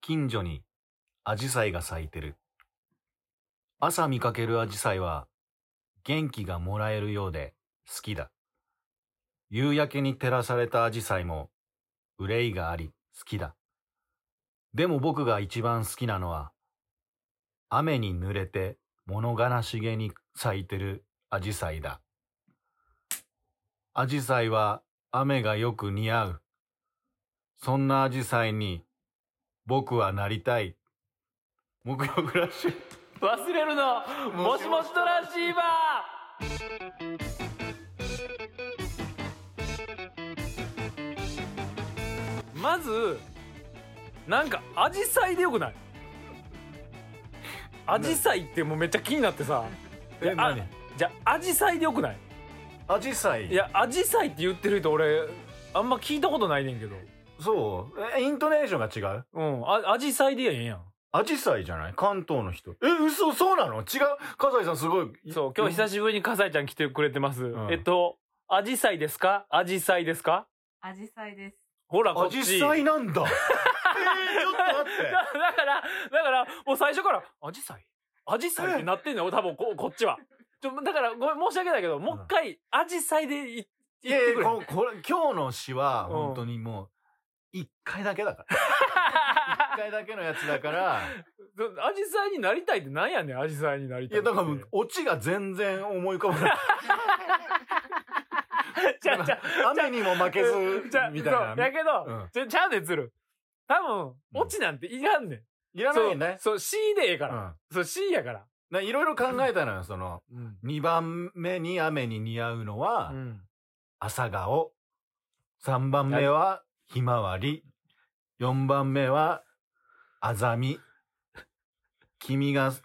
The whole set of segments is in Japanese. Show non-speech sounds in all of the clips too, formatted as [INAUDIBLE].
近所にアジサイが咲いてる。朝見かけるアジサイは元気がもらえるようで好きだ。夕焼けに照らされたアジサイも憂いがあり好きだ。でも僕が一番好きなのは雨に濡れて物悲しげに咲いてるアジサイだ。アジサイは雨がよく似合う。そんなアジサイに僕はなりたい。木曜暮らし。忘れるのもしもしトランシーバーまずなんかアジサイでよくないアジサイってもうめっちゃ気になってさいやあじゃあアジサイでよくないアジサイいやアジサイって言ってる人俺あんま聞いたことないねんけどそうえイントネーションが違ううんあアジサイでええやんアジサイじゃない関東の人。え、嘘そうなの違う笠西さんすごい。そう今日久しぶりに笠井ちゃん来てくれてます、んえっとアジサイですかアジサイですかアジサイです。ほらこアっちジサイなん [LAUGHS] だ。えー、ちょっと待だだからだからもう最初から「アジサイアジサイ」ってなってんのよ多分ここっちはちょだからごめん申し訳ないけどもう一回「アジサイ」でいって。いや言っていくや、れここれ、今日の詩はうん本当にもう、一回だけだ [LAUGHS] から。一回だけのやつだから。アジサイになりたいってなんやねんアジサイになりいたいや、ってだからもう、オチが全然思い浮かば [LAUGHS] ない。じゃあじゃあ雨にも負けずじゃあ、みたいなそう。やけど、うんちゃちゃうねんつる多分うんオチなんていらんねん、いらないよね。そうそう C でええから、うんそう C やからないろいろ考えたのよ、その、うん、 2番目に雨に似合うのは、朝顔。3番目は、ひまわり。4番目は、あざみ。君が好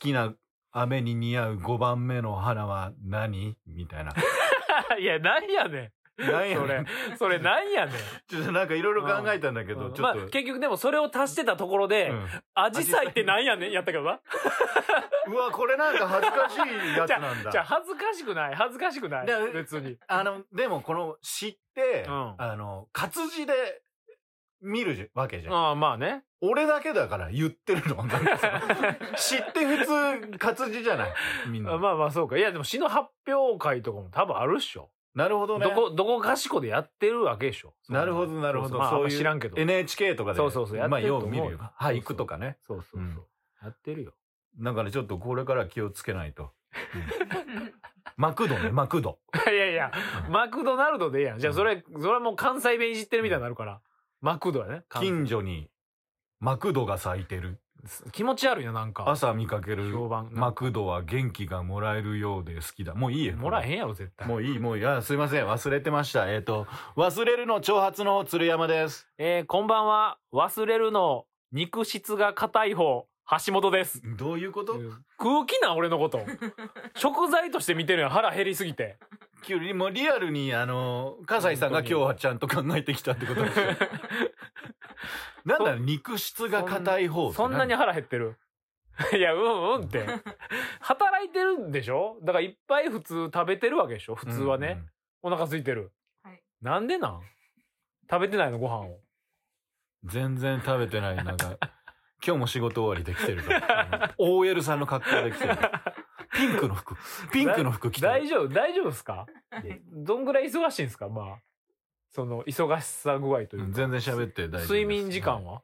きな雨に似合う5番目の花は何みたいな。 [LAUGHS] いやなんやねなんんやそねれん。それなんやねんちょっとなんかいろいろ考えたんだけど、ちょまっあと。結局でもそれを足してたところで、アジサイってなんやねんやったけどな。うんうわ、これなんか恥ずかしいやつなんじゃ [LAUGHS] あだ。恥ずかしくない恥ずかしくないだ別に。あの、でもこの詩って、うんあの、活字で見るじわけじゃん。ああまあね。俺だけだから言ってるの。なんか [LAUGHS] さ知って普通活字じゃないみんあな。まあまあそうか。いやでも詩の発表会とかも多分あるっしょ。なるほどね。どこ、どこかしこでやってるわけでしょ。なるほど、なるほそど。うそうまあそうあんいまう。知らんけど。 NHK とかで。そうそうそうやってまあ、るとよ思うう見よるよ。そうそう俳句とかね。そうそうそう。うんやってるよ。 [LAUGHS] だからちょっとこれから気をつけないと。マクドね、マクド。いやいや、マクドナルドでええやん。じゃあそれ、それはもう関西弁いじってるみたいになるから。マクドやね。関近所にマクドが咲いてる。気持ち悪いな、なんか。朝見かける評判マクドは元気がもらえるようで好きだ。もういいよ。もらえへんやろ、絶 [LAUGHS] 対。もういい、もういい。あ、すいません。忘れてました。えっ、と、忘れるの挑発の鶴山です。えー、こんばんは。忘れるの、肉質が硬い方、橋本です。どういうこと空気なん俺の [LAUGHS] こと。食材として見てるやん。腹減りすぎて。急にもうリアルに、あの、笠井さんが今日はちゃんと考えてきたってことですよ [LAUGHS] なんだろう肉質が硬い方ってそんなに何腹減ってる。いや、うんうんって。働いてるんでしょだからいっぱい普通食べてるわけでしょ普通はね。。お腹空いてる。はい。なんでなん食べてないのご飯 [LAUGHS] うを。ん全然食べてない。なんか、今日も仕事終わりできてるから。OL さんの格好できてる。ピンクの服。ピンクの服着て大る。丈夫大丈夫ですかどんぐらい忙しいんですかまあ。その、忙しさ具合といううんか。全然喋って大丈夫です。睡眠時間は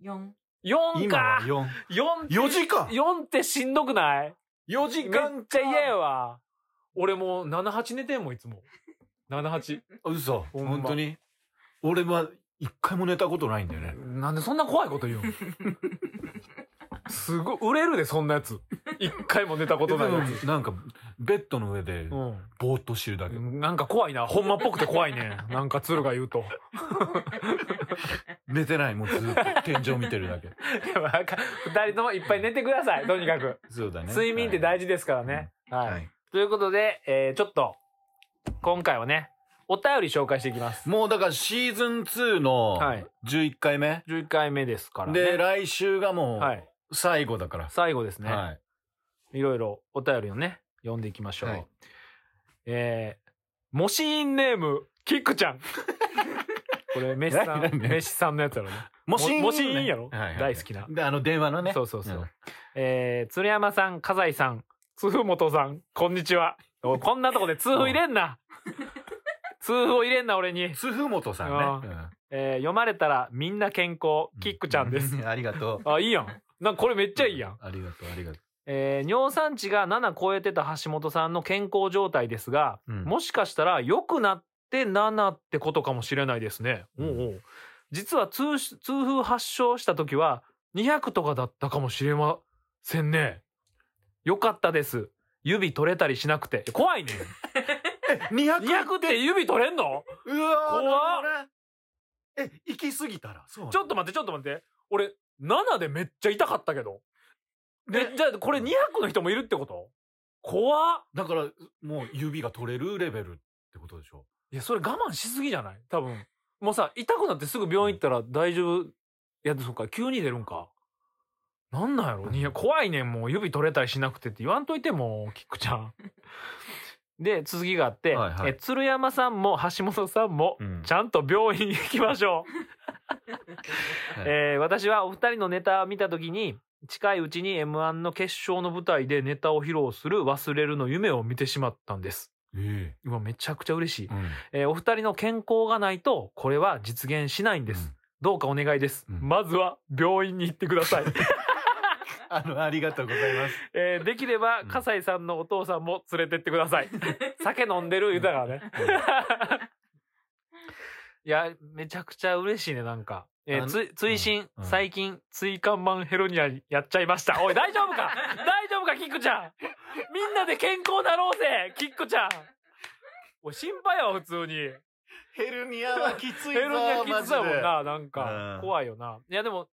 四。 ?4 今かは4。 4って4時間4ってしんどくない !4 め時っ間ちゃ嫌やわ。俺もう78寝てんもん、いつも。78。嘘ほんま本当に俺は一回も寝たことないんだよね。なんでそんな怖いこと言うんすごい、売れるで、そんなやつ。一回も寝たことないやつ。なんか、ベッドの上で、うぼーっとしてるだけ。ん。なんか怖いな。ほんまっぽくて怖いね。なんか鶴が言うと。寝てない、もうずっと [LAUGHS] 天井見てるだけ。 [LAUGHS] でもなんか、二人ともいっぱい寝てください。とにかく。そうだね。睡眠って大事ですからね。はい、は。はいいということで、えーちょっと、今回はね、お便り紹介していきます。もうだからシーズン2のはい11回目。 11回目ですからで、ね。来週がもはうい。最後だから。最後ですね。はい。いろいろお便りをね、読んでいきましょう。はいえー、[LAUGHS] モシーンネーム、キックちゃん。これ、メシさ何ん、何メシさんのやつだろうね。もももしいいんやろ、はいはいはい大好きな。で、あの電話のね。そうそうそう。んえー、鶴山さん、笠井さん、通風元さん、こんにちは。おいこんなとこで通風入れんな。通風を入れんな、俺に。通風元さんねうん。えー読まれたらみんな健康、キックちゃんです。う。ありがとう。あ、いいやん。なんかこれめっちゃいいやん。ありがとう、ありがとえー尿酸値が7超えてた橋本さんの健康状態ですが、う。うんもしかしたら良くなって7ってことかもしれないですね。おうおう実は痛し痛風発症した時は200とかだったかもしれませんね。よかったです。指取れたりしなくて。怖 [LAUGHS] いねん。え、200? 200って指取れんのうわー怖っなるほどねえ、行き過ぎたら。そうちょっと待って、ちょっと待って。俺、7でめっちゃ痛かったけど。で、じゃあこれ200の人もいるってこと怖っだから、もう指が取れるレベルってことでしょ。いや、それ我慢しすぎじゃない多分。もうさ、痛くなってすぐ病院行ったら大丈夫。いや、そっか、急に出るんか。なんなんやろいや、怖いねん、もう指取れたりしなくてって言わんといてもう、キックちゃ [LAUGHS] ん。で、続きがあって、はいはいえ鶴山さんも橋本さんも、うんちゃんと病院 [LAUGHS] 行きましょう。 [LAUGHS] はいえー私はお二人のネタを見たときに、近いうちに M1 の決勝の舞台でネタを披露する忘れるの夢を見てしまったんです。えうわ、めちゃくちゃ嬉しいえ。。うんえーお二人の健康がないと、これは実現しないんです。うんどうかお願いです。うんまずは病院に行ってく [LAUGHS] ださい。あの、ありがとうございます。えーできればう、ん笠井さんのお父さんも連れてってくだ [LAUGHS] さい。酒飲んでる言うたからね。いや、めちゃくちゃ嬉しいね、なんか。えーあのつ、追う伸、んうん最近、椎間板ヘルニアやっちゃいました。おい、大丈夫か [LAUGHS] 大丈夫か、キックちゃんみんなで健康だろうぜ、キックちゃんおい、心配やわ、普通に。ヘルニアはきついぞ。ヘルニアキッズだもんマな、なんかう、ん怖いよな。いや、でも、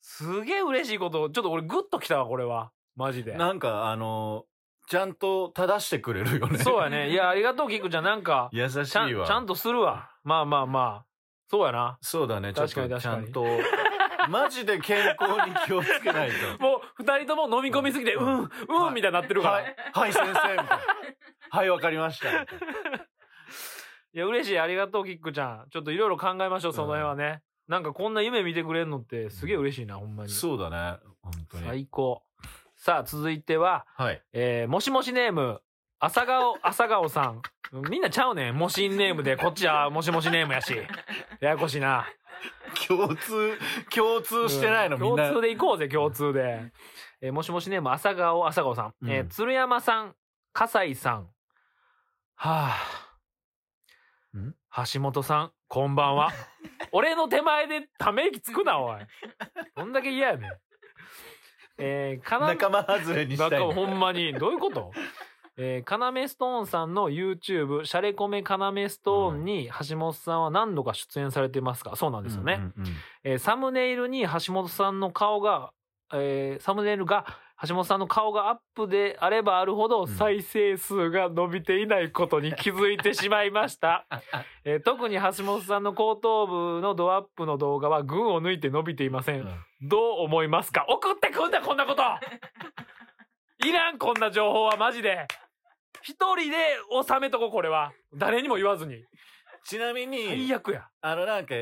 すげえ嬉しいこと、ちょっと俺グッときたわ、これは。マジジでで。。なんか、あの、ちゃんと正してくれるよね。そうやね。いや、ありがとう、キックちゃん。なんか、優しちゃん、いちわ。ゃんとするわ。まあまあまあ。そうやな。そうだね、ちょっ確かとにちゃん確かと。マジで健康に気をつけないと。もう、二人とも飲み込みすぎて、う、うんんうん、みたいになってるから。、はいい、はい、先生。みたいなはい、わかりました。みたいなや、嬉しい。ありがとう、キックちゃん。ちょっといろいろ考えましょう、その辺はね。なんか、こんな夢見てくれるのって、すげえ嬉しいな、ほんまに。そうだね、本当に。最高。さあ、続いては、はい。えーもしもしネーム、朝顔、 [LAUGHS] 朝顔さん。みんなちゃうねん。もしんネームで、こっちはもしもしネームやし。ややこしいな。共通、共通してないの、うんみんな。共通で行こうぜ、共通で。えーもしもしネーム、朝顔、朝顔さん。うんえー鶴山さん、笠井さん。はぁ、ん橋本さん、こんば [LAUGHS] んは。俺の手前でため息つくな、おい。どんだけ嫌やねん。えー、かな仲間外れにしたいなんの。かほんまに、どういうことえー、カナメストーンさんの YouTube、シャレコメカナメストーンに橋本さんは何度か出演されてますかそうなんですよね。うんうんうんえーサムネイルに橋本さんの顔が、えーサムネイルが橋本さんの顔がアップであればあるほどん再生数が伸びていないことに気づいてしまいました。 [LAUGHS] えー特に橋本さんの後頭部のドアップの動画は群を抜いて伸びていません。どう思いますか送ってくんだこんなこといらんこんな情報はマジで一人で収めとここれは誰にも言わずにちなみに最、悪やあのなんか、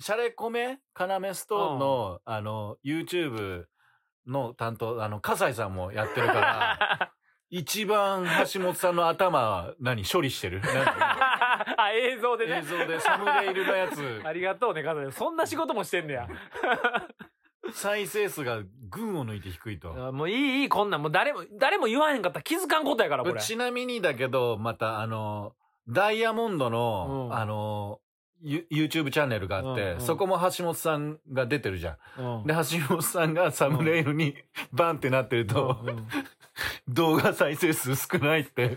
シャレコメカナメストーンの、あの、YouTube の担当、あの、笠井さんもやってる [LAUGHS] から、一番橋本さんの頭、何、処理して [LAUGHS] るなんかあ映像でね映像でサムネイルのや [LAUGHS] つ、ありがとうね、カズそんな仕事もしてんねや。再生数が群を抜いて低いと。もういい、いい、こんなん。もう誰も、誰も言わへんかったら気づかんことやから、これ。ちなみにだけど、また、あの、ダイヤモンドの、うんあの、ユ YouTube チャンネルがあって、うんうんそこも橋本さんが出てるじゃん。うんで、橋本さんがサムネイルにバンってなってると、うんうん動画再生数少ない [LAUGHS] って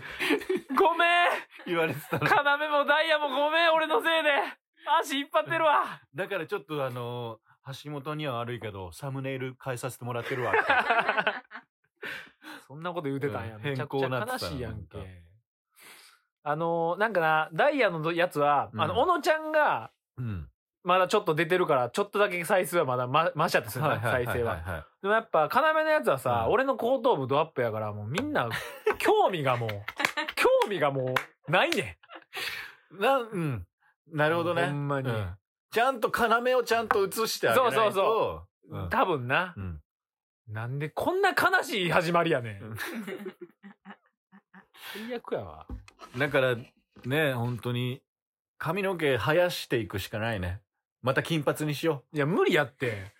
ごめん言われてたの。要もダイヤもごめん俺のせいで足引っ張ってるわだからちょっとあの橋本には悪いけど、サムネイル変えさせてもらってるわ。 [LAUGHS] そんなこと言うてたんや。うんめちゃくち変更ゃなってた悲なしいやんけなんか。あのーなんかな、ダイヤのやつは、あうんの、小野ちゃんが、うん。まだちょっと出てるから、ちょっとだけ再生はまだま、マシやったするな、再生は。はでもやっぱ、要のやつはさ、うん俺の後頭部ドアップやから、もうみんな、興味がもう、興味がもう、ないねい。な、うん。なるほどね。ほんまにうんちゃんと要をちゃんと映してあげないと。そうそうん多分な。うんなんでこんな悲しい始まりやねんう。最悪やわ。だから、ね、本当に、髪の毛生やしていくしかないね。また金髪にしよいや、無理やって。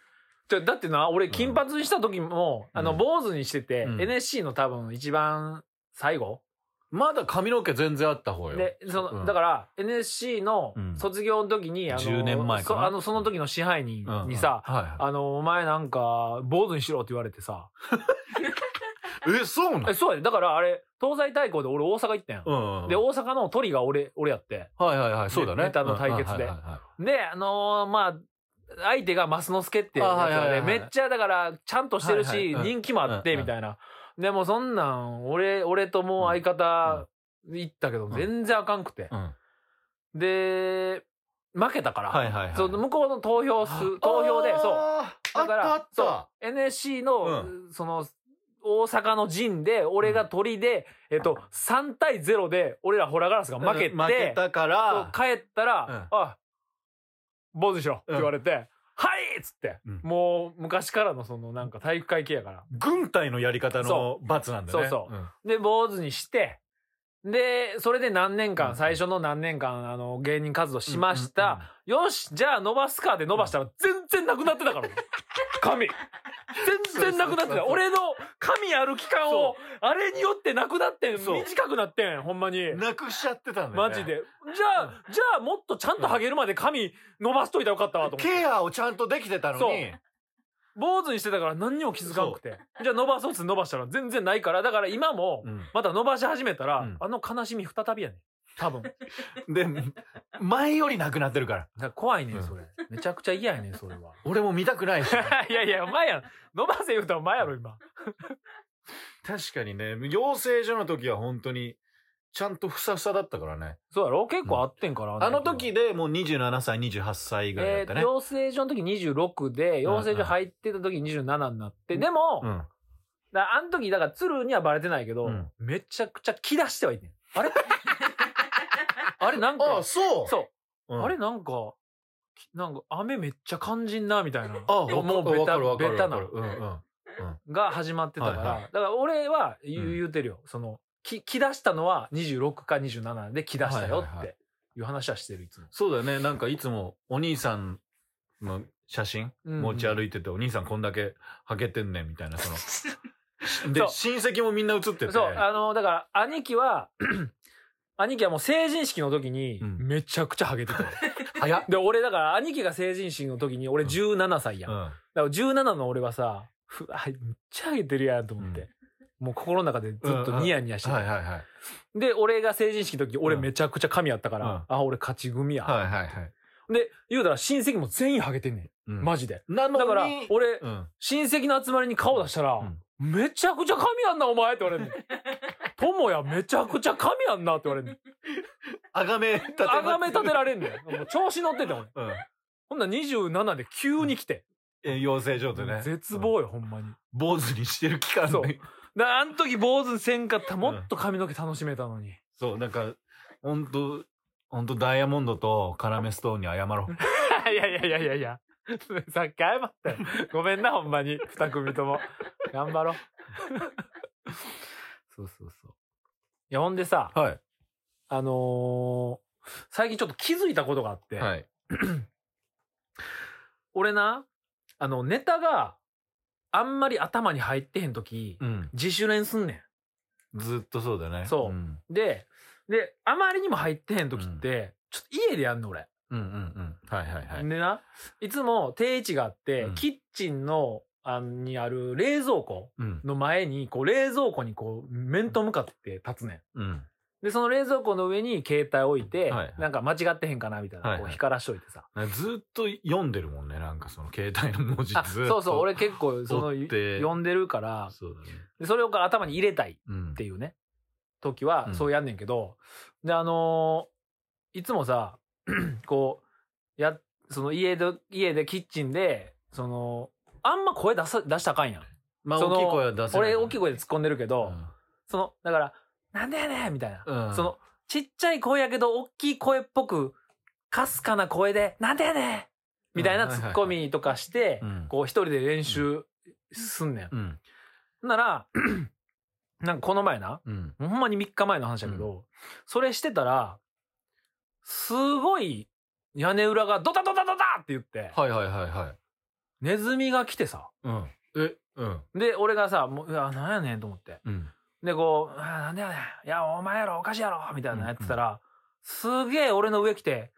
だだってな、俺金髪にした時も、うんあの、坊主にしてて、うん NSC の多分一番最後う。まだ髪の毛全然あった方よ。で、その、うんだから、NSC のうん卒業の時に、あの、 10年前かなそあの、その時の支配人うんにさ、はあの、お前なんか、坊主にしろって言われてさ。いはい。え、そうなのえ、そうやで。だからあれ、東西対抗で俺大阪行ったやん。うんうん。で、大阪のトリが俺、俺やって。はいはいはい、そうだね。ネタの対決でうんはいはいはいで、あのーまあ、相手がマスノスケってやつあはいはいらはいで、はいめっちゃだから、ちゃんとしてるはいはいしう、ん人気もあっうて、んうんみたいな。でもそんなん、俺、俺ともう相方、行ったけど、ん全然あかんくて。うんで、負けたから、はいはいはい。そう向こうの投票数、投票で、そう。あーだからあったあっ NSC の、うその、大阪の陣で、俺が鳥で、えっと、3対0で、俺らホラガラスがた。負けて、負けたかそうら、帰ったら「あ坊主にしろ」って言われて「はい!」っつって、うんもう昔からのそのなんか体育会系やから軍隊のやり方のそ罰なんだよね。そうそんで坊主にしてでそれで何年うん間最初の何年間あの芸人活動しました、。よしじゃあ伸ばすかで伸ばしたら全然なくなって [LAUGHS] たから髪全然なそうそうくなってそうたそう俺の髪ある期間をあれによってなくなってんそう短くなってんほんまにうんうんなくしちゃってたんだよね。マジ。でじゃあ、じゃあもっとちゃんとハゲるまで髪伸ばしといたらよかったわと思ってケアをちゃんとできてたのに。坊主にしてたから何にも気づかなくて。じゃあ伸ばそうっつって伸ばしたら全然ないから、だから今も、また伸ばし始めたら、うんあの悲しみ再びやねん。多分。だかで、前よりなくなってるから。ら怖いね、うんんそれ。めちゃくちゃ嫌やねん、それは。俺も見た [LAUGHS] くないし。 [LAUGHS] いやいや、お前やん。伸ばせ言うたらお前やろ、今。確かにね、養成所の時は本当に、ちゃんとふさふさだったからね。そうやろ結構あってんから。あの時でもう27歳、28歳ぐらいだえったー、ね。養成所の時26で、養成所入ってた時27になって、でも、うん。だあの時、だから鶴にはバレてないけど、うんめちゃくちゃ気出してはいんねん。[LAUGHS] あれあれなんあかあ、、そうそう。うんあれなんか、きなんか雨めっちゃ感じんなみたいな。あ、わかもうベわかタるわかるベタなわかるうんうん。が始まってたから。はいはいだから俺は言う,、うん言うてるよ。その、き、気出したのは26か27で気出したよはいっはいはていう話はしてる、いつも。そうだよね。なんかいつもお兄さんの写真うん持ち歩いてて、お兄さんこんだけはけてんねんみたいな、そ [LAUGHS] の。でそ、う親戚もみんな写ってて。そう、あの、だから兄貴は、 [CLEARS THROAT] 兄貴はもう成人式の時にうんめちゃくちゃハゲてたよ。早っ。で、俺だから兄貴が成人式の時に俺うん17歳やん。うだかん。ら17の俺はさ、ふわめっちゃハゲてるやんと思って。もう心の中でずっとニヤニヤしてたはいはいはい。で、俺が成人式の時、俺うんめちゃくちゃ神やったから、うんあ、俺勝ち組や。はいはいはい。で、言うたら親戚も全員ハゲてんねうんん。マジで。なのだに、から、俺、うん。親戚の集まりに顔出したら、うんめちゃくちゃ神やんな、お前って言われんねん。 [LAUGHS] ともや、めちゃくちゃ神やんなって言われんねん。あがめ立てあがめ立てら。られんねん。もう調子乗ってて、俺。うん。ほんなら27で急に来て。え養成所でね。絶うん。望よ、ほんまに。坊主にしてる期間そうで。だあん時坊主せんかった。もっと髪の毛楽しめたの [LAUGHS] に。そう、なんか、ほんと、ほんとダイヤモンドとカラメストーンに謝ろう。いやいやいやいやいや。さっき謝ったよ。ごめんな、ほんまに。二組とも。頑張ろう。い [LAUGHS] そうそうそや、ほんでさ、う。はい。あのー最近ちょっと気づいたことがあって、はい。俺な、あの、ネタがあんまり頭に入ってへんとき、うん。自主練すんねずっとそうだね。そううん。ん。で、で、あまりにも入ってへんときって、ちょっと家でやんの、俺。うんうんうん。はいはいはい。でな、いつも定位置があって、うんキッチンの、あにある冷蔵庫うん。の前に、こう、冷蔵庫にこう、面と向かって立つねん。うん。で、その冷蔵庫の上に携帯置いて、はいはいなんか間違ってへんかなみたいな、はいはいこう光らしといてさ。ずっと読んでるもんね。なんかその携帯の文字ずっあ、と。そうそう、。俺結構その追って読んでるから、そうだね。でそれを頭に入れたいっうん。ていいうね、時うはんそうやんねんけど、で、あのーいつもさ、 [CLEARS THROAT] こう、や、その家で、家でキッチンで、その、あんま声出さ、出したらあかんやん。まあその大きい声は出せない。俺大きい声で突っ込んでるけど、うんその、だから、なんでやねんみたいな。うんその、ちっちゃい声やけど、大きい声っぽくかすかな声で、なんでやねんみたいなツッコミとかしてう、んこう一人で練習すんねん。うんなら、 [CLEARS THROAT] なんかこの前な、うんほんまに3日前の話だけど、それしてたら、すごい屋根裏がドタドタドタって言って、はいはいはいはいネズミが来てさ。うんえうんで、俺がさ、もう、うわ、なんやねんと思って。うんで、こう、あーなんでやねん。いや、お前やろ、おかしいやろ、みたいなのやってたら、すげえ俺の上来て、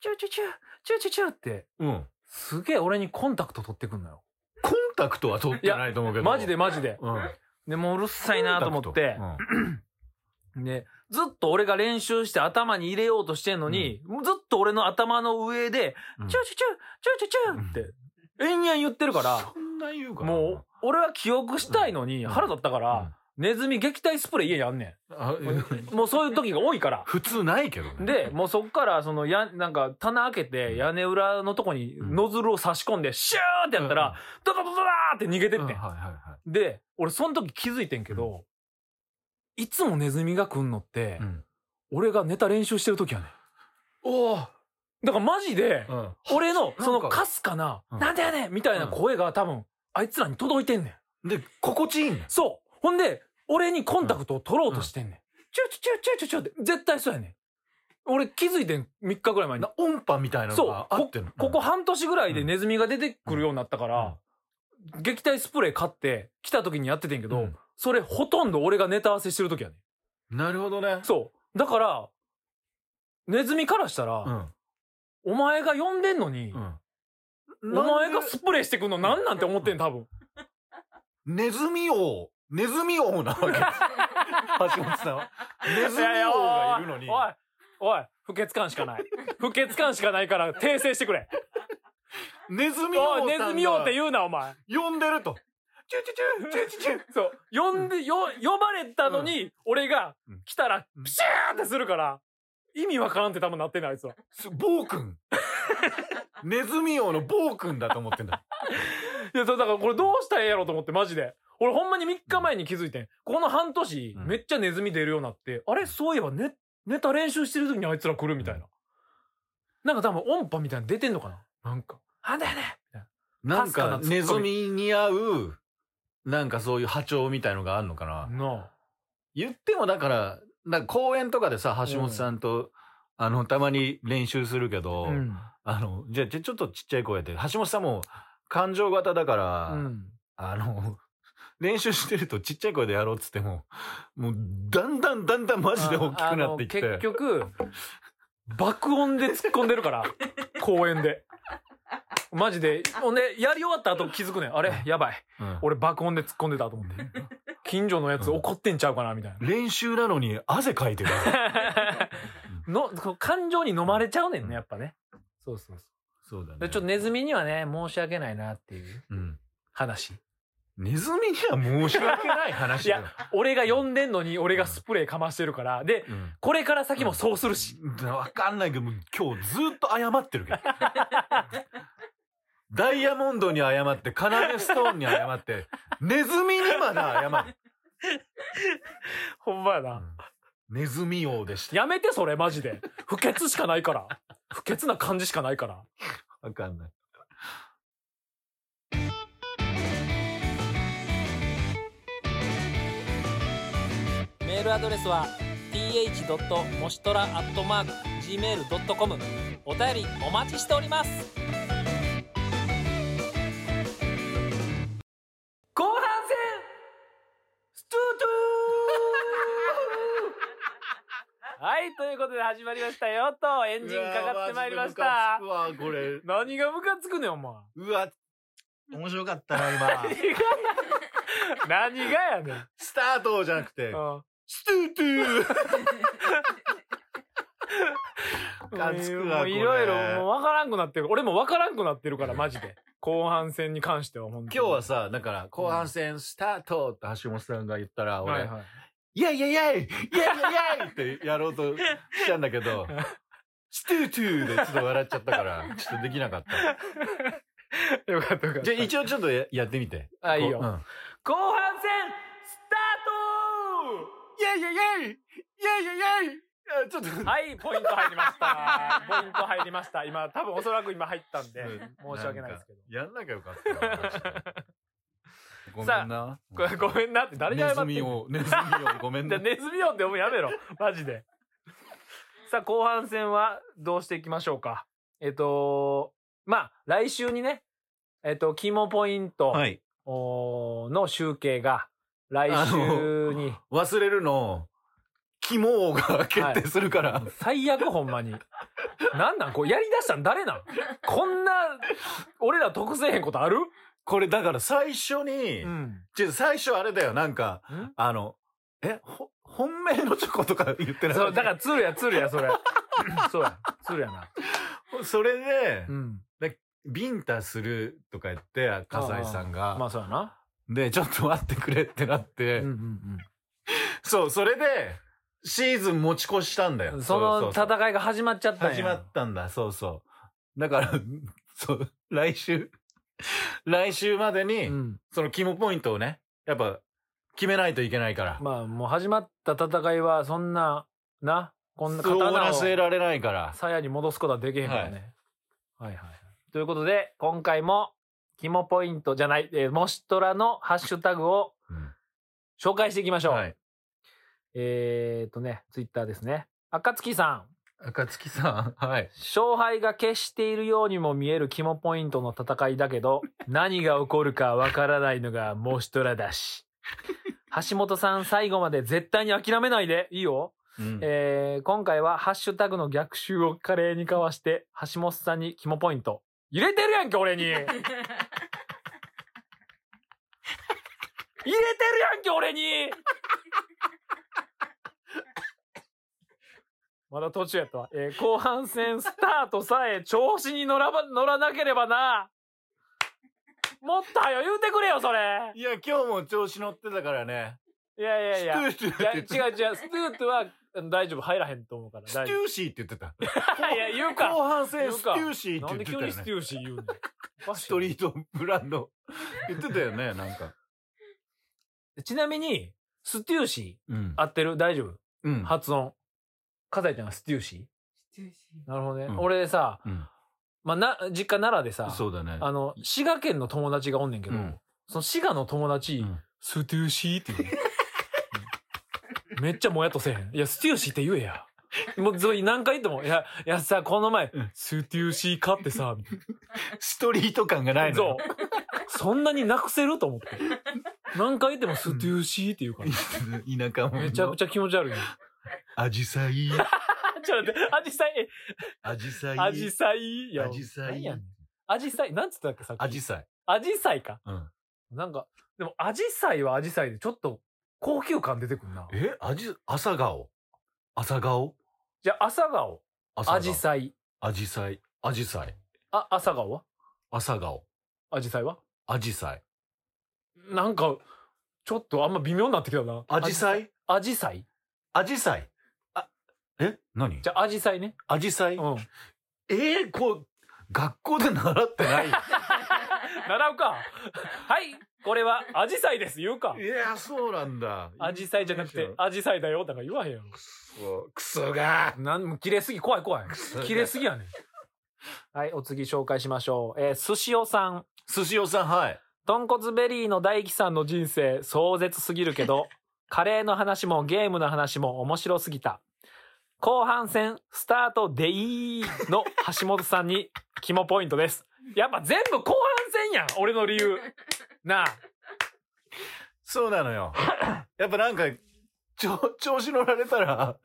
チューチューチュー、チューチューチューって、うんすげえ俺にコンタクト取ってくんのよ。コンタクトは取ってないと思うけどマジでマジで。うんで、もううるさいなと思って、で、ずっと俺が練習して頭に入れようとしてんのに、ずっと俺の頭の上で、うんチューチューチュー、チューチューチューって、延々言ってるか、そんな言うからなもう、俺は記憶したいのにうん腹立ったから、ネズミ撃退スプレー家にあんねうんあん。もうそういう時が多 [LAUGHS] いから。普通ないけどねで、もうそっから、その、や、なんか、棚開けて、屋根裏のとこに、ノズルを差し込んで、シューってやったら、ドドドドダーって逃げてうっんてうんんはい。はいはで、俺その時気づいてんけど、いつもネズミが来んのって、いうん俺がネタ練習してる時やねん。おーだからマジで、うん俺のかそのかすかな、うんなんでやねんみたいな声が多分、あいつらに届いてんねん。で心地いいんだそう。ほんで、俺にコンタクトを取ろうとしてんねん。チューチューチューチューチューって、絶対そうやねん。俺気づいてん3日ぐらい前にな。音波みたいなのそうが。あってんのここ半年ぐらいでネズミが出てくるようになったかうら、撃退スプレー買って、来た時にやっててんけど、うんそれほとんど俺がネタ合わせしてる時やねんなるほどねん。そう。だから、ネズミからしたら、うんお前が呼んでんのに、うんおな前んがでスプレーしてくんのなんなんて思ってん、多分。ネズミ王ネズミ王なわけ橋本さんはネズミ王がいるのにおい、おい、不潔感しか [LAUGHS] ない。不潔感しかないから訂正してくれ。ネズミおい、王ネさズんミ王っがて言うな、お前。呼んでるとチュチュチュチュチュチュそう、呼んで、よ、呼ばれたのに、俺がうん来たらうん、ピシャーってするから、意味わからんって多分なってんねんあいつは。す暴君ネズミ王の暴君だと思ってんだいや、そうだからこれどうしたらええやろと思って、マジで。俺ほんまに3日前に気づいてん。この半年、うんめっちゃネズミ出るようになって、あれそういえばね、ネタ練習してる時にあいつら来るみたいな。なんか多分音波みたいなの出てんのかななんか。なんだよねみたいななんかすかなかツッコミネズミに合うなんかそういう波長みたいのがあるのかな、な言ってもだからなんか公園とかでさ橋本さんと、あのたまに練習するけあど、うん。あのじゃあちょちょっとちっちゃい声で橋本さんも感情型だから、うん。あの、 [LAUGHS] 練習してるとちっちゃい声でやろうっつっても、もうだんだんだんだんマジで大きくなっていって。あの結局、爆音で突っ込んで [LAUGHS] るから、公園で。マジで。ほんで、やり終わった後気づくねん。あれやばい。うん俺爆音で突っ込んでたと思って。近所のやつうん怒ってんちゃうかなみたいな。練習なのに汗かいてる。 [LAUGHS] の、こう感情に飲まれちゃうねんね、やっぱね。そうそうそそうだね。う。で、ちょっとネズミにはね、申し訳ないなっていううん話。ネズミには申し訳ない話だよ。い俺が呼んでんのに、俺がスプレーかましてるから。で、うんこれから先もそうするし。わかんないけど、もう今日ずっと謝ってるけど。ダイヤモンドに謝って、カナメストーンに謝って、ネズミにまだ [LAUGHS] 謝る。 [LAUGHS] ほんまやうな。んネズミ王でした。やめて、それ、マジで。不潔しかないから。不潔な感じしかないから。わかんない。メールアドレスは th. もしとら .gmail.com お便りお待ちしております後半戦ストゥートゥーはい、ということで始まりましたよ、と、エンジンかかってまいりましたう。わ、これ。何がムカつくねん、お [LAUGHS] 前。うわ、面白かったな、 [LAUGHS] 今。何がやねん。スタートじゃなくて、うんストゥートゥー。カつくわもこうれいろいろもう分からんくなってる。俺も分からんくなってるから、マジで。後半戦に関しては、本当今日に。はさ、だから、後半戦スタートって橋本さんが言ったら、はい俺、はい。イェイイェイイェイイェイイェイイェイってやろうとしたんだけど、ストゥートゥーでちょっと笑っちゃったから、ちょっとできなかった。よかったよかった。じゃあ一応ちょっとややってみて。あいいよこううん後半戦、スタートイェイイェイイェイイェイイェイイェイやちょっとはいポイント入りましたポイント入りました今多分おそらく今入ったんでうん申し訳ないですけどんかやんなきゃよかったな私ごめんな。これごめんなって誰に謝ってんネズミの [LAUGHS] を、ネズミをごめんじゃなあ。ネズミ音でもやめろマジでさあ後半戦はどうしていきましょうかえっとまあ来週にねえっとキモポイントはい。おーの集計が来週に忘れるの、肝王が [LAUGHS] 決定するから。最悪ほんまに。なんなんこれやりだしたん誰なんこんな、俺ら得せえへんことあるこれだから最初に、うん。ちょ最初あれだよ、なんか、んあの、え、ほ、本命のチョコとか言ってなそかっう、だた。から鶴や鶴や、それ。そうや、鶴やな。それでう、ん。ビンタするとか言って、笠井さんが、まあそうやな。で、ちょっと待ってくれってなっうて、んうんそう、それで、シーズン持ち越したんだうよ。ん。そのうそうそう戦いが始まっちゃったんや。始まったんだ、そうそう。だから、 [LAUGHS] そう、来週、 [LAUGHS] 来週までに、うん。その肝ポイントをね、やっぱ、決めないといけないから。まあもう始まった戦いはそんな、な、こんなそう終わ刀らをせられないから。鞘に戻すことはできへんからね。はい、はい、はいはいということで、今回も、キモポイントじゃない、えー、モシトラのハッシュタグをうん紹介していきましょう。はい。えー、っとね、ツイッターですね。赤月さん。暁さん、はい。勝敗が決しているようにも見える肝ポイントの戦いだ [LAUGHS] けど、何が起こるかわからないのがモシトラだし。橋本さん、最後まで絶対に諦めないで。いいよ。うんえー今回はハッシュタグの逆襲を華麗にかわして、橋本さんに肝ポイント。入れてるやんけ、俺に入れてるやんけ、俺にまだ途中やったわ。えー後半戦スタートさえ調子に乗らば、乗らなければな。もっとはよ言うてくれよ、それ。いや、今日も調子乗ってたからね。いやいやいや。ストゥーシいや違ーうって言って違う、ストゥートはうん大丈夫、入らへんと思うから。た。ス大テ丈ューシーって言ってた。夫。いや、言うか。後半戦言うステかューシーっなんてで言急ってにたスよテね。ューシー言うのストリートブランド。 [LAUGHS] 言ってたよね、なんか。ちなみに、ステューシうんー、。合ってる大丈夫、うん。発音。カザイちゃんはステューシジューシーーなるほどね。うん俺さ、うんまあ、な、実家奈良でさ、そうだね。あの、滋賀県の友達がおんねんけど、うんその滋賀の友達、うんステューシーって言う [LAUGHS] のうんめっちゃもやっとせえへん。いや、ステューシーって言えや。もう、それ何回言っても、いや、いやさ、この前うん、ステューシー買ってさ、みたいなストリート感がないの。そう。そんなになくせると思って。何回言ってもステューシーって言うから。う。田舎も。めちゃくちゃ気持ち悪いよ。アジサイ、あ [LAUGHS] ちょっと待って、アジサイ、えアジサイ、アジサイや。アジサイ何やねんアジサイ、なんつったっけさっき。アジサイ。アジサイか。うん。なんか、でもアジサイはアジサイでちょっと高級感出てくるな。えアジ、朝顔。朝顔じゃあ、朝顔。朝顔。アジサイ。アジサイ。アジサイ。あ、朝顔は朝顔。アジサイはアジサイ。なんか、ちょっとあんま微妙になってきたな。アジサイアジサイアジサイ。あ、え何じゃあ、アジサイね。アジサイうん。えー、こう、学校で習って [LAUGHS] ない。い習うか。はい、これはアジサイです。言うか。や、そうなんだ。アジサイじゃなくて、アジサイだよ。だから言わへんやろ。そう。クソがなんも切れすぎ、怖い怖い。切れすぎやねん。はい、お次紹介しましょう。えー、寿司おさん。寿司おさん、はい。豚骨ベリーの大輝さんの人生、壮絶すぎるけど、 [LAUGHS] カレーの話もゲームの話も面白すぎた。後半戦、スタートでいーの橋本さんに、肝ポイントです。やっぱ全部後半戦やん俺の理由。なあ。そうなのよ。やっぱなんか、ちょ調子乗られたら、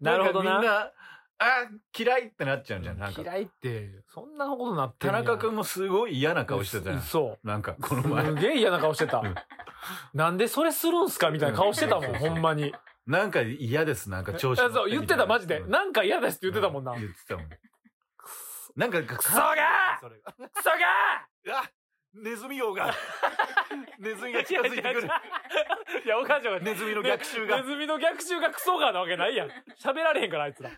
なるほどんかな。みんな、あ、嫌いってなっちゃうんじゃん。なんか、嫌いって、そんなことなって田んや中くんもすごい嫌な顔してたよ。そう。なんか、この前す。げえ嫌な顔してたうん。なんでそれするんすかみたいな顔してたうも、んんそうそうほんまに。なんか嫌です、なんか調子乗そう、言ってた、マジで。なんか嫌ですって言ってたもんな。うク言ってたもん。なんか、くソがそれがソがあネズミ王 [LAUGHS] がネズミが近づいてくる。いや、おかしいおかしい。ネズミの逆襲がネズミの逆襲がクソがなわけないやん。喋られへんから、あいつら。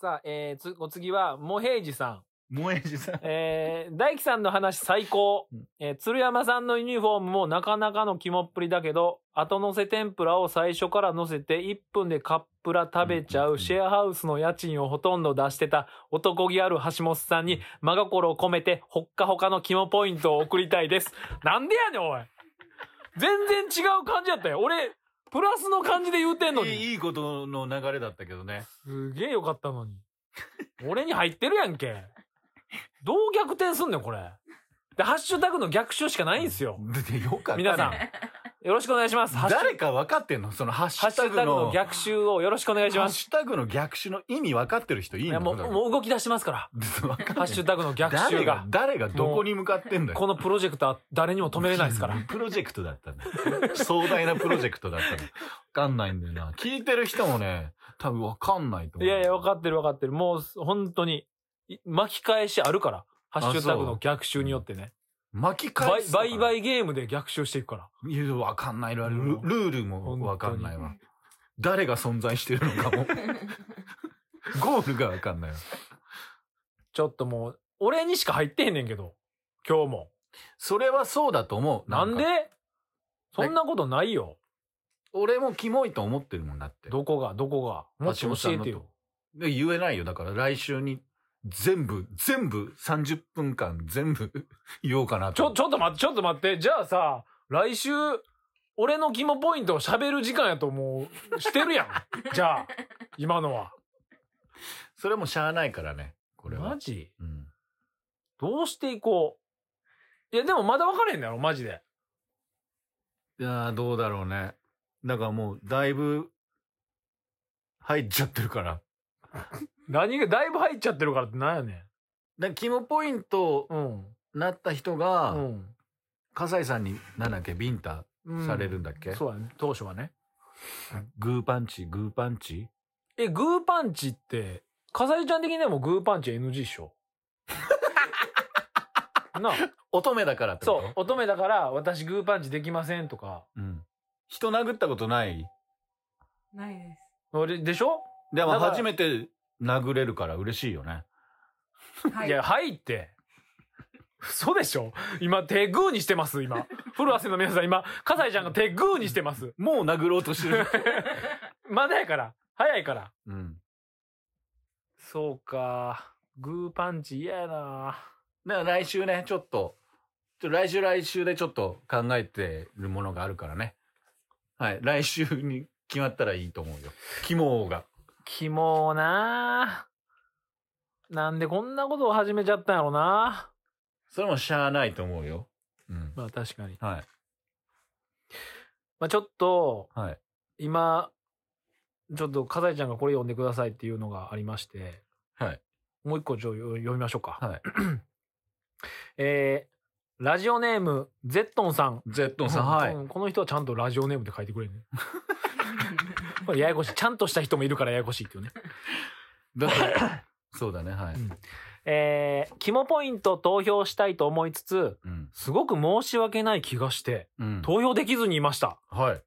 さあ、えー、つお次は、モヘイジさん。萌えじさん。 [LAUGHS] えー大樹さんの話最高うん。えー鶴山さんのユニフォームもなかなかの肝っぷりだけど、後乗せ天ぷらを最初から乗せて1分でカップラ食べちうゃんうんうんうシェアハウスの家賃をほとんど出してた男気ある橋本さんに真心を込めてほっかほかの肝ポイントを送りたいです。 [LAUGHS] なんでやねん、おい。全然違う感じやったよ。俺、プラスの感じで言うてんのいいに。いいことの流れだったけどね。すげえよかったのに。俺に入ってるやんけ。どう逆転すんねん、これ。で、ハッシュタグの逆襲しかないんですよ。でよかったね皆さん、よろしくお願いします。ハッシ [LAUGHS] ュ誰か分かってんのそのハッシハッュシタュグタグのの。逆襲をよろしくお願いしハまッす。シュタグの逆襲の意味分かってる人いいいや、のもう、もう動き出してますから。 [LAUGHS] ハッシュタグの逆襲誰がが、。誰がどこに向かってんだよ。このプロジェクトは誰にも止めれないですから。プロジェクトだったんだよ。 [LAUGHS] 壮大なプロジェクトだったの。わかんないんだよな。聞いてる人もね、多分わかんないと思。いうやいや、分かってる分かってる。もう、本当に、い巻き返しあるから。ハッシュタグの逆襲によってね。巻きバ返イす。バイバイゲームで逆襲していくから。いや、わかんないわ。ルルールもわかんないわ本。誰が存在してるの [LAUGHS] かも。ゴールがわかんないわ。ちょっともう、俺にしか入ってへんねんけど。今日も。それはそうだと思う。なんかでそんなことないよ。俺もキモいと思ってるもんだって。どこが、どこが。もっと教えてよ。で言えないよ。だから来週に全部、全部、30分間全部 [LAUGHS] 言おうかなちょ、ちょっと待って、ちょっと待って。じゃあさ、来週、俺の肝ポイントを喋る時間やともう、して [LAUGHS] るやん。じゃあ、今のは。それもしゃあないからね。これはマ。ジうん。どうしていこう。いや、でもまだ分かれへんだろ、マジで。いやーどうだろうね。だからもう、だいぶ、入っちゃってるから。何が、だいぶ入っちゃってるからってなんやねん。だからキモポイントうん。なった人が、うん。笠井さんに、なんだっけ、ビンタ、うんされるんだっけそうやね、当初はね。グーパンチ、グーパンチえ、グーパンチって、かさゆちゃん的にでもグーパンチ NG っしょ [LAUGHS] なあ乙女だからってそことう、乙女だから私グーパンチできませんとか。う。うん。人殴ったことないないです。俺でしょ、でもだから初めて殴れるから嬉しいよね。は [LAUGHS] いい、や、はいって。嘘でしょ今手グーにしてます、今。フルアセの皆さん今、かさゆちゃんが手グーにしてます。 [LAUGHS] もう殴ろうとしてる。まだやから。早いから。うん。そうか。グーパンチ嫌やなだから来週ね、ちょっと、ちょ来週来週でちょっと考えてるものがあるからね。はい。来週に決まったらいいと思うよ。肝が。キモーななんでこんなことを始めちゃったんやろなそれもしゃあないと思うよ。うん。まあ確かに。はい。まあちょっと、はい。今、ちょっと、かざいちゃんがこれ読んでくださいっていうのがありまして、はい。もう一個ちょ読みましょうか。はい。 [CLEARS THROAT] えー、ラジオネーム、ゼットンさん。ゼットンさん、はい。うんこの人はちゃんとラジオネームで書いてくれるね。 [LAUGHS] これややこしい。ちゃんとした人もいるからややこしいっていうね。だって、 [COUGHS] そうだね、はい。えー、肝ポイント投票したいと思いつつ、うん。すごく申し訳ない気がして、うん。投票できずにいました。はい。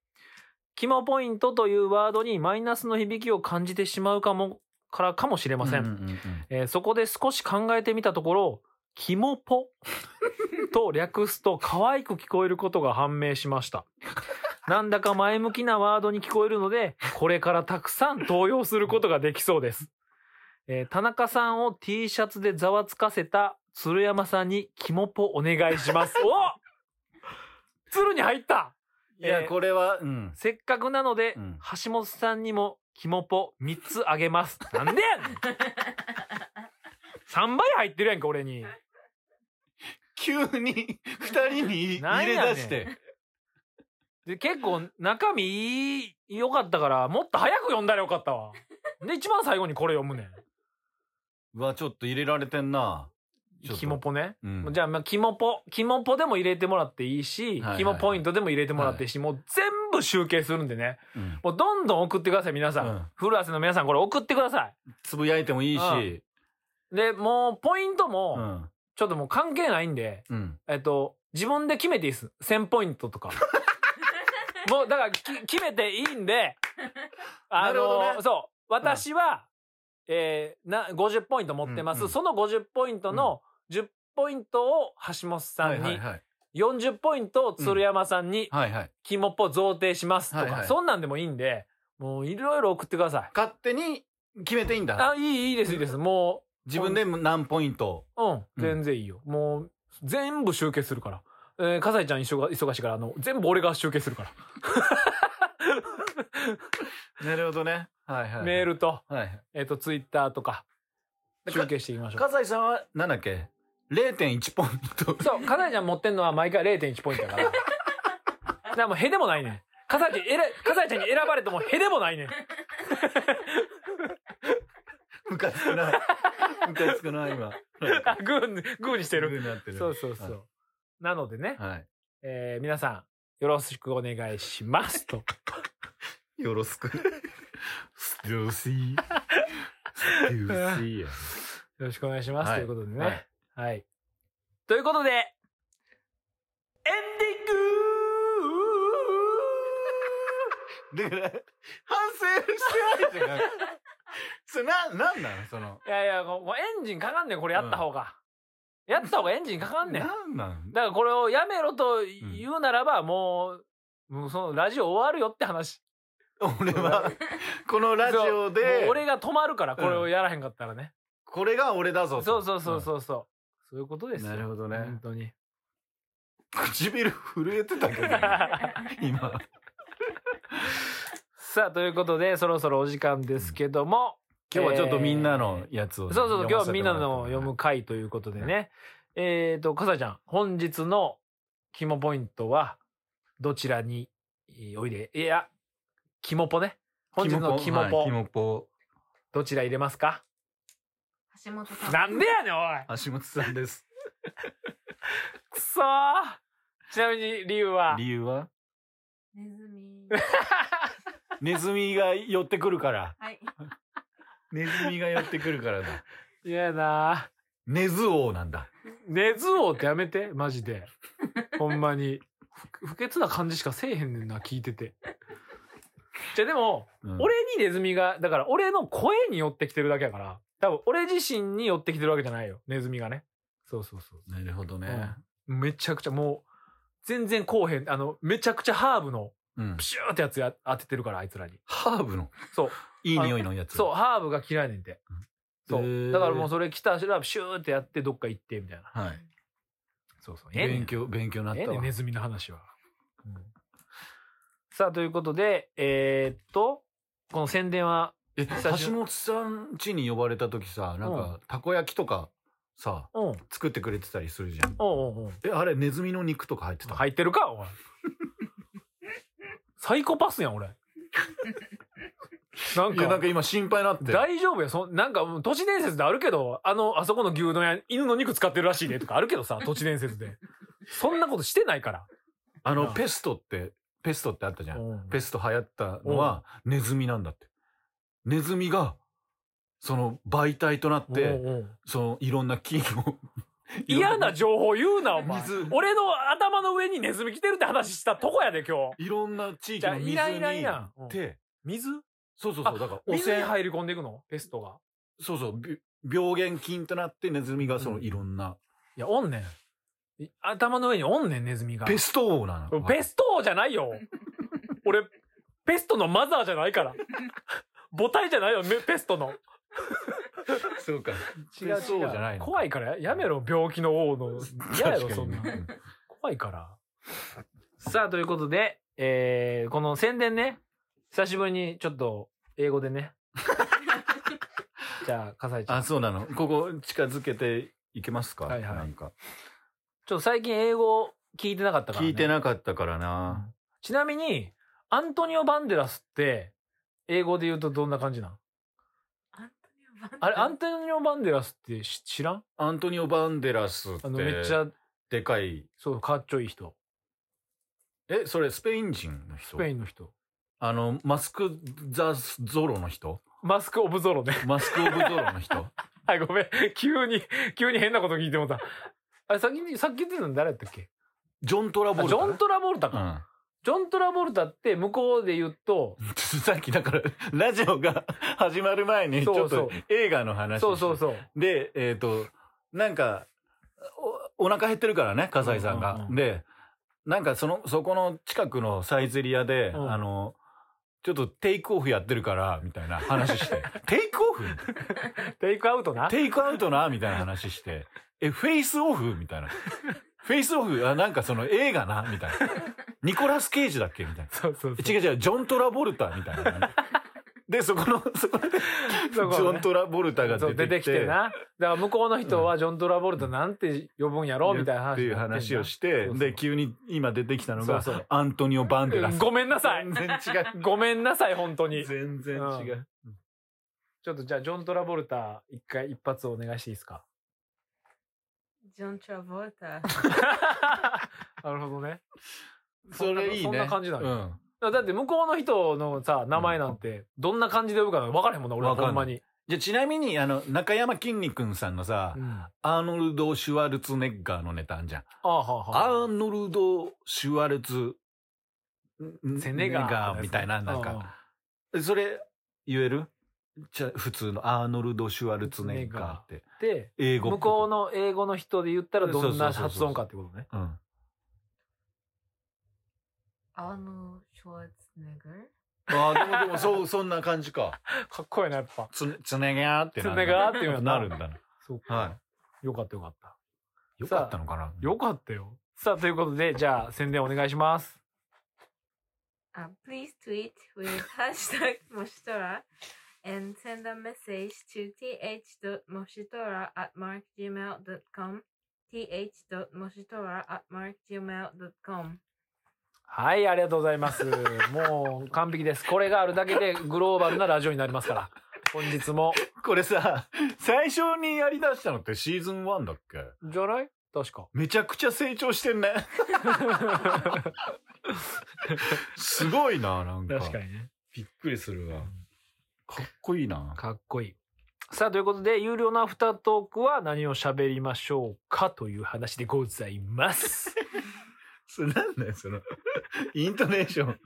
キモポイントというワードにマイナスの響きを感じてしまうかも、からかもしれません。うんうんうんうんえーそこで少し考えてみたところ、キ [LAUGHS] モポと略すと可愛く聞こえることが判明しました。なんだか前向きなワードに聞こえるので、これからたくさん投用することができそうです。えー田中さんを T シャツでざわつかせた鶴山さんにキモポお願いします。 [LAUGHS] お鶴に入ったいや、えーこれは、うん。せっかくなので、うん橋本さんにもキモポ3つあげます。なんでやねん !3 倍入ってるやんか、俺に。急に、二人になん入やねれん出して。で、結構中身いい、良かったから、もっと早く読んだらよかったわ。で、一番最後にこれ読むねうわ、ちょっと入れられてんな。ちょっん。とキモポね。うん。じゃあ、まあ、キモポ、キモポでも入れてもらっていいはし、いはいキモポイントでも入れてもらっていいし、もう全部集計するんでね。うんもうどんどん送ってください、皆さん。うんフルアセの皆さん、これ送ってくださつぶやいてもいいし。い。で、もう、ポイントも、うん。ちょっともう関係ないんで、うん。えっと、自分で決めていいです。1000ポイント [LAUGHS] とか。[LAUGHS] もう、だからき、決めていいんで、あなるほどの、ねそう、私は、えーな50ポイント持ってます、うんうんその50ポイントの10ポイントを橋本さんに、はいはい40ポイントを鶴山さんにはいはい肝っぽ贈呈しますとか、はいはいそんなんでもいいんでもういろいろ送ってください。勝手に決めていいんだあいいいいですいいですも自分で何ポイントううん全然いいよ、もう全部集計するから。えー、笠井ちゃん一緒が忙しいから、あの、全部俺が集計するから。なるほどねはいはいメールルと、はいえっ、と、ツイッターとか、で集計していきましょう。葛西さんはなんだっけ0.1ポイント [LAUGHS] そう、 [LAUGHS] かなえちゃん持ってんのは毎回0.1ポイン [LAUGHS] トだから。だからもうへでもないねん。かさちゃん、えら、かさちゃんに選ばれてもへでもない [LAUGHS] ねん。ムカつく [LAUGHS] なムカつくな今あグーに、グーにしてる。になってるそうそうそう。はなのでね、はいえー皆さん、よろしくお願いしますと。よろしく。よろしい。よろしいや。よろしくお願いします、はいということでね。ははいい。ということで、エンディンだから、反省してないじゃん。それな、なんなのその。グいやいや、もうもうエンジンかかんねん、これやった方が。やった方がエンジンかかんねん。なんなんだからこれをやめろと言うならば、もう、もうそのラジオ終わるよって話。俺は、このラジオそうもでう、俺が止まるから、これをやらへんかったらね。これが俺だぞと。そうそうそうそうそう。そういうことですよ。なるほどね本当に。 [LAUGHS] うん。唇震えてたけどね、 [LAUGHS] 今。さあ、ということで、そろそろお時間ですけども。今日はちょっとみんなのやつを、そうそうそう、今日はみんなの読む。回ということでね。えっと、かさちゃん、本日の肝ポイントは、どちらにえーおいで、いや、肝ポね。本日の肝ポ、キモポ。どちら入れますか橋本さん。なんでやねん、おい橋本さんです。くそーちなみに理由は理由はネ [LAUGHS] ズミ。ネズミが寄ってくる [LAUGHS] から。はい。ネズミが寄ってくるからだ。いやなネズ王なんだ。ネズ王ってやめて、マジで。ほんまに。ふ不潔な感じしかせえへんねんな、聞いてて。じゃあでも、うん俺にネズミが、だから俺の声に寄ってきてるだけやから、多分俺自身に寄ってきてるわけじゃないよ、ネズミがね。そうそうそなるほどね。う。めちゃくちゃもう、全然こうへん、あの、めちゃくちゃハーブの、うんプ。シューってやつや当ててるから、あいつらに。ハーブの。そう。いい匂いのやつ。そう、ハーブが嫌いねんて。そへう。ーだからもうそれ来たら、シューってやって、どっか行って、みたいな。 [LAUGHS] はい。そうそう。ええねん勉強、勉強になっええたねんわネ。ズミの話は。うんさあ、ということで、えーっと、この宣伝は、え、久し橋本さん家に呼ばれた時さ、なんうか、たこ焼きとかさ、うん、おう作ってくれてたりするじゃん。おうおうえ、あれ、ネズミの肉とか入ってた。入ってるか、お前。 [LAUGHS] サイコパスやん、 [LAUGHS] 俺。なんいや、なんかか、今心配になって。大丈夫や。そんなんか、うん都市伝説であるけど、あの、あそこの牛丼屋、犬の肉使ってるらしいねとかあるけどさ、 [LAUGHS] 都市伝説で。そんなことしてないから。あうの、んペストって、ペストってあったじゃん。うんペスト流行ったのは、ネズミなんだって。ネズミが、その媒体となっおて、うおうそのいろんな菌を。 [LAUGHS] 嫌な情報言うな、お前水。俺の頭の上にネズミ来てるって話したとこやで、今 [LAUGHS] 日。いろんな地域の水にじゃあいらんいらんいらん行って、水そうそうそう、あだから汚水に染、入り込んでいくのペストが。そうそう、び病原菌となってネズミがそうのんいろんな、いや、おんねん。い頭の上におんねん、ネズミが。ペスト王なの。ペストじゃないよ。俺、ペストのマザーじゃないから。母体じゃないよ、めペストの。 [LAUGHS] そうか。ペスト王じゃないの。怖いからややめろ、病気の王の。嫌やろ、そんな確。かにね怖いから。さあ、ということで、えー、この宣伝ね、久しぶりにちょっと英語でね。じゃあ、笠井ちゃん。あ、ちそうなの。ここ近づけていけますかはいはいなんか。ょっと最近英語聞いてなかったから、ね。聞いてなかったからな。ちなみに、アントニオ・バンデラスって、英語で言うとどんな感じなんアントニオバンデラスあれ、アントニオ・バンデラスってし知らんアントニオ・バンデラスってあの、めっちゃ、でかい。そう、かっちょいい人。え、それスペイン人の人スペインの人。あの、マスク・ザ・ゾロの人マスク・オブ・ゾロね。 [LAUGHS] マスク・オブ・ゾロの人はい、ごめん。急に、急に変なこと聞いてもうた。あれ、先に、さっき言ってたの誰やったっけジョン・トラボあルジタね。ョン・トラボルタか。うん [LAUGHS] ジョン・トラボルタって向こうで言うと、さっきだから、ラジオが始まる前に、ちょっそうとそう映画の話。そうそうそう。で、えっ、と、なんか、おお腹減ってるからね、笠井さんうが。んうんうんで、なんかその、そこの近くのサイゼリアで、うんあの、ちょっとテイクオフやってるから、みたいな話して。テイクオフテイクアウトな。テイクアウトなみたいな話して。え、フェイスオフみたいな。フェイスオフあ、なんかその映画なみたいな。ニコラス・ケイジだっけみたいな。そうそうそう。違う違う、ジョン・トラボルタみたいな。で、そこの、そこで、ジそこのョねン・トラボルタがそう出てきて。な。だから向こうの人はジョン・トラボルタなんて呼ぶんやろみたいな話。っていう話をして、そうそうで、急に今出てきたのが、そうそうアントニオ・バンデラス。ごめんな [LAUGHS] さい全然違ごめんなさい、本当に。う。全然違う。ちょっとじゃあ、ジョン・トラボルタ、一回一発お願いしていいです [LAUGHS] か。ジョン・トラボルタ。なるほどね。それいいね。そんな感じなのうん。だって向こうの人のさ、名前なんて、どんな感じで呼ぶか分からへんもんな、俺は分かほんんなまいに。じゃあちなみに、あの、中山きんに君さんのさ、うんあアーノルド・シュワルツェネッガーのネタあんじゃん。あ、はあはあアーノルド・シュワルツェセネガーみたいな、なんうんか。それ、言えるじゃあ普通のアーノルド・シュワルツェネッガーって。で、英語っぽ向くこうの英語の人で言ったらどんな発音かってことね。うん。アーノ・ショワルツェネッガーああ、でもでも、 [LAUGHS] そう、そんな感じか。かっこいいな、やっぱ。つ、つねがーってなる。つねがーっていう [LAUGHS] のななるんだな。そうか。はよかったよかった。い。よかったのかなよかったよ。さあ、ということで、じゃあ、宣伝お願いします。 Uh, please tweet [LAUGHS] with hashtag Moshitora and send a message to th.moshitora at markgmail.com. th.moshitora at markgmail.com. はい、ありがとうございます。もう完璧です。これがあるだけでグローバルなラジオになりますから。本日も。これさ、最初にやり出したのってシーズン1だっけじゃない [LAUGHS] 確か。めちゃくちゃ成長してんね。すごいな、なんか。にね。びっくりするわ。かっこいいな。かっこいい。さあ、ということで、有料のアフタートークは何を喋りましょうかという話でござ [LAUGHS] います。それなんだよ、その、イントネーション。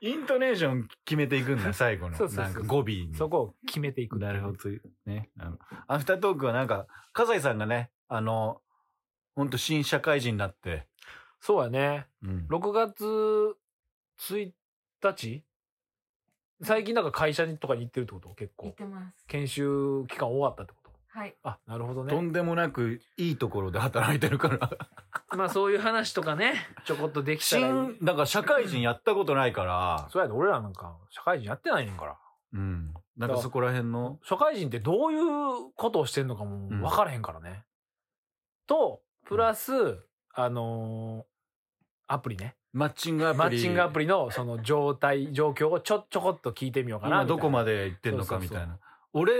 イントネーション決めていく [LAUGHS] んだ、最後の。そうそうそうなんか語尾に。そこを決めていく。なるほど。。ね。あの、アフタートークはなんか、笠井さんがね、あの、ほんと新社会人になって、そうやね。うん6月1日最近なんか会社にとかに行ってるってこと結言っ構。てます。研修期間終わったってことはい。あ、なるほどねと。んでもなくいいところで働いてるから。まあそういう話とかね、ちょこっとできたらいい新、だから社会人やったことないから、そうやで、俺らなんか社会人やってないねんから。うん。なんかそこら辺の、社会人ってどういうことをしてんのかもうん分からへんからね。と、プラス、あのーアプリね。マッチングアプリ。マッチングアプリのその状態、状況をちょ、ちょこっと聞いてみようか今なみたどいな。こまで行ってんのかみたいな。俺、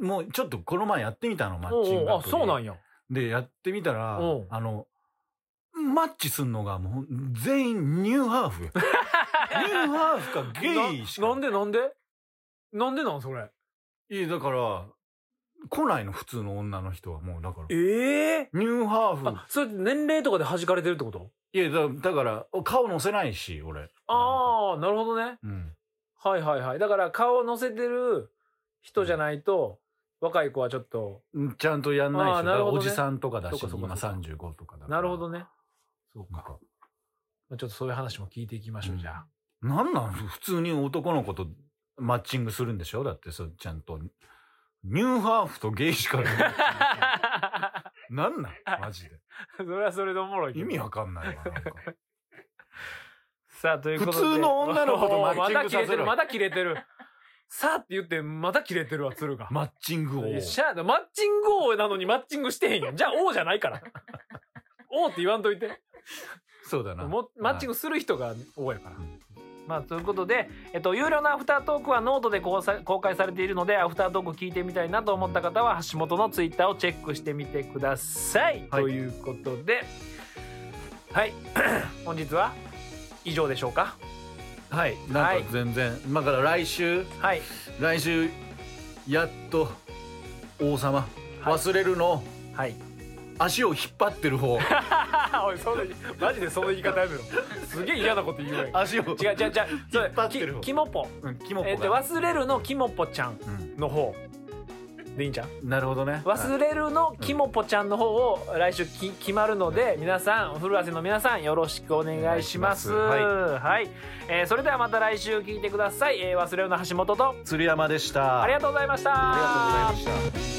もうちょっとこの前やってみたの、マッチングおうおうアあ、プリ。そうなんや。で、やってみたらおう、あの、マッチすんのがもう全員ニュー [LAUGHS] ハーフ。ニューハーフかゲイしなかなん。でなんでなんでなんそれ。いや、だから、来ないの、普通の女の人はもう、だから。ええニューハーフあ、。それ年齢とかで弾かれてるってこといや、だだから、顔乗せないし、俺。ああ、なるほどね。うん。はいはいはい。だから顔を乗せてる人じゃないと、若い子はちょっと、うんちゃんとやんないあーし、だなかるらほどねおじさんとかだし、そうかそうか今そうか35とかだから。なるほどね。そうか。まあちょっとそういう話も聞いていきましょう、うんじゃあ。なんなん普通に男の子とマッチングするんでしょだってそうちゃんと。ニューハーフとゲイ [LAUGHS] しかいない。なんなんマジで。それはそれでおもろいけ意ど。味わかんないわ。なんかさあ、ということで。普通の女の子とマッチングさせろおーまだ切れてる、まだ切れてる。さあって言って、まだ切れてるわ、鶴が。マッチングを。いやしゃあマッチング王なのにマッチングしてへんやん。じゃあ王じゃないから。王って言わんといて。そうだな。もマッチング。グする人が多いからうん。まあ、ということで、えっと、有料のアフタートークはノートで公さ公開されているのでアフタートーク聞いてみたいなと思った方は橋本のツイッターをチェックしてみてください、はいということではい [COUGHS] 本日は以上でしょうかはい。なんか全然。まあだから来週、はい来週、やっと、王様。はい忘れるの、はい [LAUGHS] 足を引っ張ってる方おいそのマジでその言い方やめろすげえ嫌なこと言うやん違う足を違う違うそれ引っ張ってる方きキモポうんキモえっコとが、忘れるのキモポちゃんの方でいいんじゃんうんなるほどね忘れるのキモポちゃんの方を来週き決まるので皆さん古瀬の皆さんよろしくお願いしますお願いしはい、えーそれではまた来週聞いてください、えー忘れるの橋本と鶴山でしたありがとうございましたありがとうございました